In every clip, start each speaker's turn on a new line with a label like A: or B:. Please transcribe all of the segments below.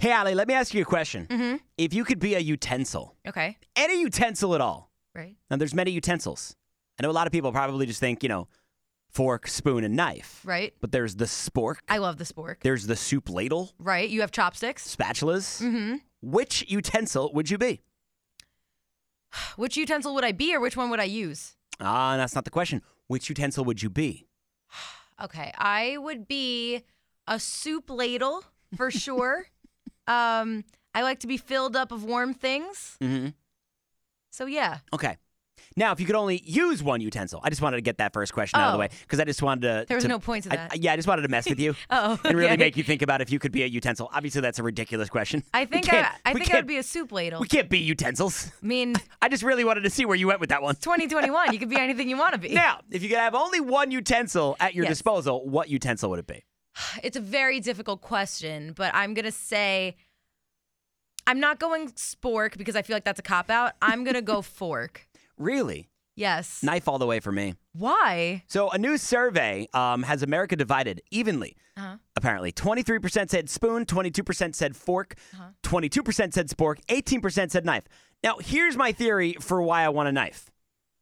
A: Hey, Ali, let me ask you a question.
B: Mm-hmm.
A: If you could be a utensil,
B: Okay.
A: any utensil at all,
B: Right.
A: now there's many utensils. I know a lot of people probably just think, you know, fork, spoon, and knife.
B: Right.
A: But there's the spork,
B: I love the spork.
A: there's the soup ladle,
B: Right. You have chopsticks.
A: spatulas. Mm-hmm. Which utensil would you be?
B: Which utensil would I be or which one would I use?
A: Ah, that's not the question. Which utensil would you be?
B: Okay. I would be a soup ladle for sure. um, I like to be filled up of warm things.
A: Mm-hmm.
B: So yeah.
A: Okay. Now, if you could only use one utensil, I just wanted to get that first question out of the
B: Oh.
A: way because I just wanted to.
B: There was
A: to-
B: no point to
A: I-
B: that.
A: I- yeah, I just wanted to mess with you
B: Oh,
A: and really
B: okay.
A: make you think about if you could be a utensil. Obviously, that's a ridiculous question.
B: I
A: We
B: think
A: can't-
B: I, I
A: we
B: think I
A: can't-
B: would be a soup ladle.
A: We can't be utensils.
B: I mean,
A: I just really wanted to see where you went with that one.
B: 2021, you could be anything you want to be.
A: Now, if you could have only one utensil at your
B: Yes.
A: disposal, what utensil would it be?
B: It's a very difficult question, but I'm going to say I'm not going spork because I feel like that's a cop out. I'm going to go fork.
A: Really?
B: Yes.
A: Knife all the way for me.
B: Why?
A: So, a new survey um, has America divided evenly.
B: Uh-huh.
A: Apparently, 23% said spoon, 22% said fork,
B: Uh-huh.
A: 22% said spork, 18% said knife. Now, here's my theory for why I want a knife.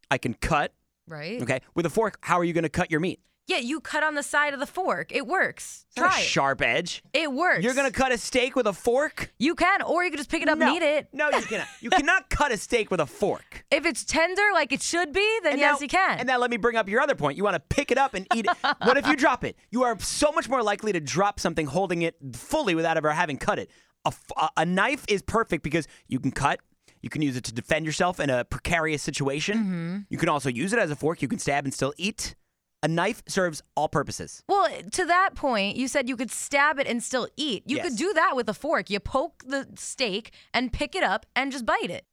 A: I can cut,
B: Right?
A: okay? With a fork, how are you going to cut your meat?
B: Yeah, you cut on the side of the fork. It works.
A: It's not
B: Try
A: a
B: it.
A: sharp edge.
B: It works.
A: You're going to cut a steak with a fork?
B: You can, or you can just pick it up
A: no.
B: and eat it.
A: No, you cannot. You cannot cut a steak with a fork.
B: If it's tender like it should be, then yes,
A: now-
B: you can.
A: And now let me bring up your other point. You want to pick it up and eat it. what if you drop it? You are so much more likely to drop something holding it fully without ever having cut it. A, f- a- a knife is perfect because you can cut. You can use it to defend yourself in a precarious situation.
B: Mm-hmm.
A: You can also use it as a fork. You can stab and still eat. A knife serves all purposes.
B: well, to that point, you said you could stab it and still eat. You
A: Yes.
B: could do that with a fork. You poke the steak and pick it up and just bite it.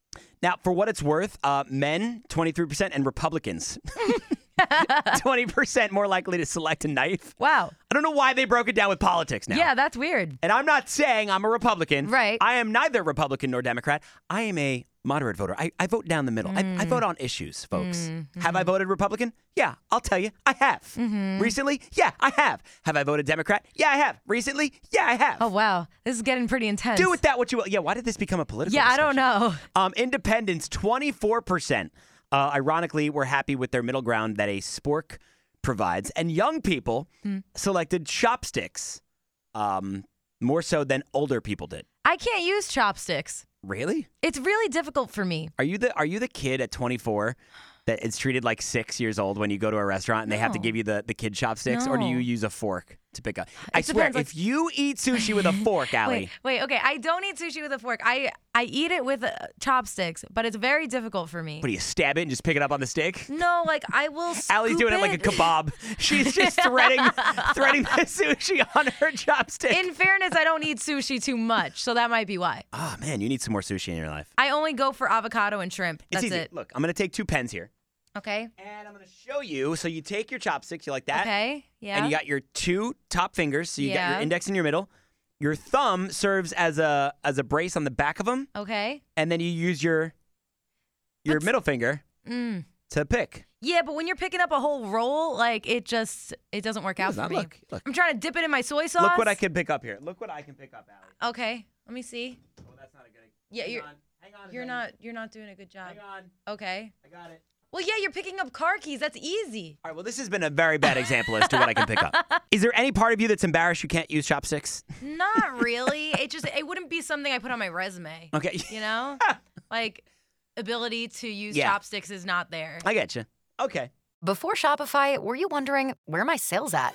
A: Now, for what it's worth, uh, men, 23%, and Republicans, 20% more likely to select a knife.
B: Wow.
A: I don't know why they broke it down with politics now.
B: Yeah, that's weird.
A: And I'm not saying I'm a Republican.
B: Right.
A: I am neither Republican nor Democrat. I am a moderate voter. I, I vote down the middle. I, I vote
B: Mm.
A: on issues, folks.
B: Mm-hmm.
A: Have I voted Republican? Yeah, I'll tell you, I have. Recently? Yeah, I have. Have I voted Democrat? Yeah, I have. Recently? Yeah, I have.
B: Oh wow, this is getting pretty intense.
A: Do with that what you will. Yeah, why did this become a political
B: Yeah, I don't
A: discussion?
B: know.
A: Um, independents, 24%, uh, ironically, were happy with their middle ground that a spork provides. And young people
B: Hmm.
A: selected chopsticks um, more so than older people did.
B: I can't use chopsticks.
A: Really?
B: It's really difficult for me.
A: Are you the are you the kid at 24 that is treated like six years old when you go to a restaurant and they have to
B: No.
A: give you the, the kid chopsticks, or do
B: No.
A: you use a fork to pick up? I
B: It
A: swear,
B: depends, like-
A: if you eat sushi with a fork, Allie,
B: Wait, wait, okay. I don't eat sushi with a fork. I I eat it with uh, chopsticks, but it's very difficult for me.
A: what do you stab it and just pick it up on the stick?
B: No, like I will.
A: Allie's
B: scoop
A: doing it like a kebab. She's just threading threading the sushi on her chopstick.
B: In fairness, I don't eat sushi too much, so that might be why.
A: oh man, you need some more sushi in your life.
B: I only go for avocado and shrimp.
A: It's
B: That's
A: easy.
B: it.
A: Look, I'm gonna take two pens here,
B: Okay.
A: and I'm gonna show you. So you take your chopsticks, you like that,
B: Okay. Yeah.
A: and you got your two top fingers. So you got your
B: Yeah.
A: index and your middle. Your thumb serves as a as a brace on the back of them,
B: okay.
A: and then you use your your middle finger
B: Mm.
A: to pick.
B: Yeah, but when you're picking up a whole roll, like it just it doesn't work out
A: does not
B: for me.
A: look- look.
B: I'm trying to dip it in my soy sauce.
A: Look what I can pick up here. Look what I can pick up, Allie.
B: Okay, let me see.
A: Well, that's not a good.
B: Yeah,
A: Hang
B: you're
A: on. Hang on a
B: you're
A: second.
B: not you're not doing a good job.
A: Hang on.
B: Okay.
A: I got it.
B: Well, yeah, you're picking up car keys. That's easy.
A: All right, well, this has been a very bad example as to what I can pick up. Is there any part of you that's embarrassed you can't use chopsticks?
B: Not really. it just it wouldn't be something I put on my resume.
A: Okay.
B: You know, like ability to use
A: Yeah.
B: chopsticks is not there.
A: I get you. Okay.
C: Before Shopify, were you wondering where my sales at?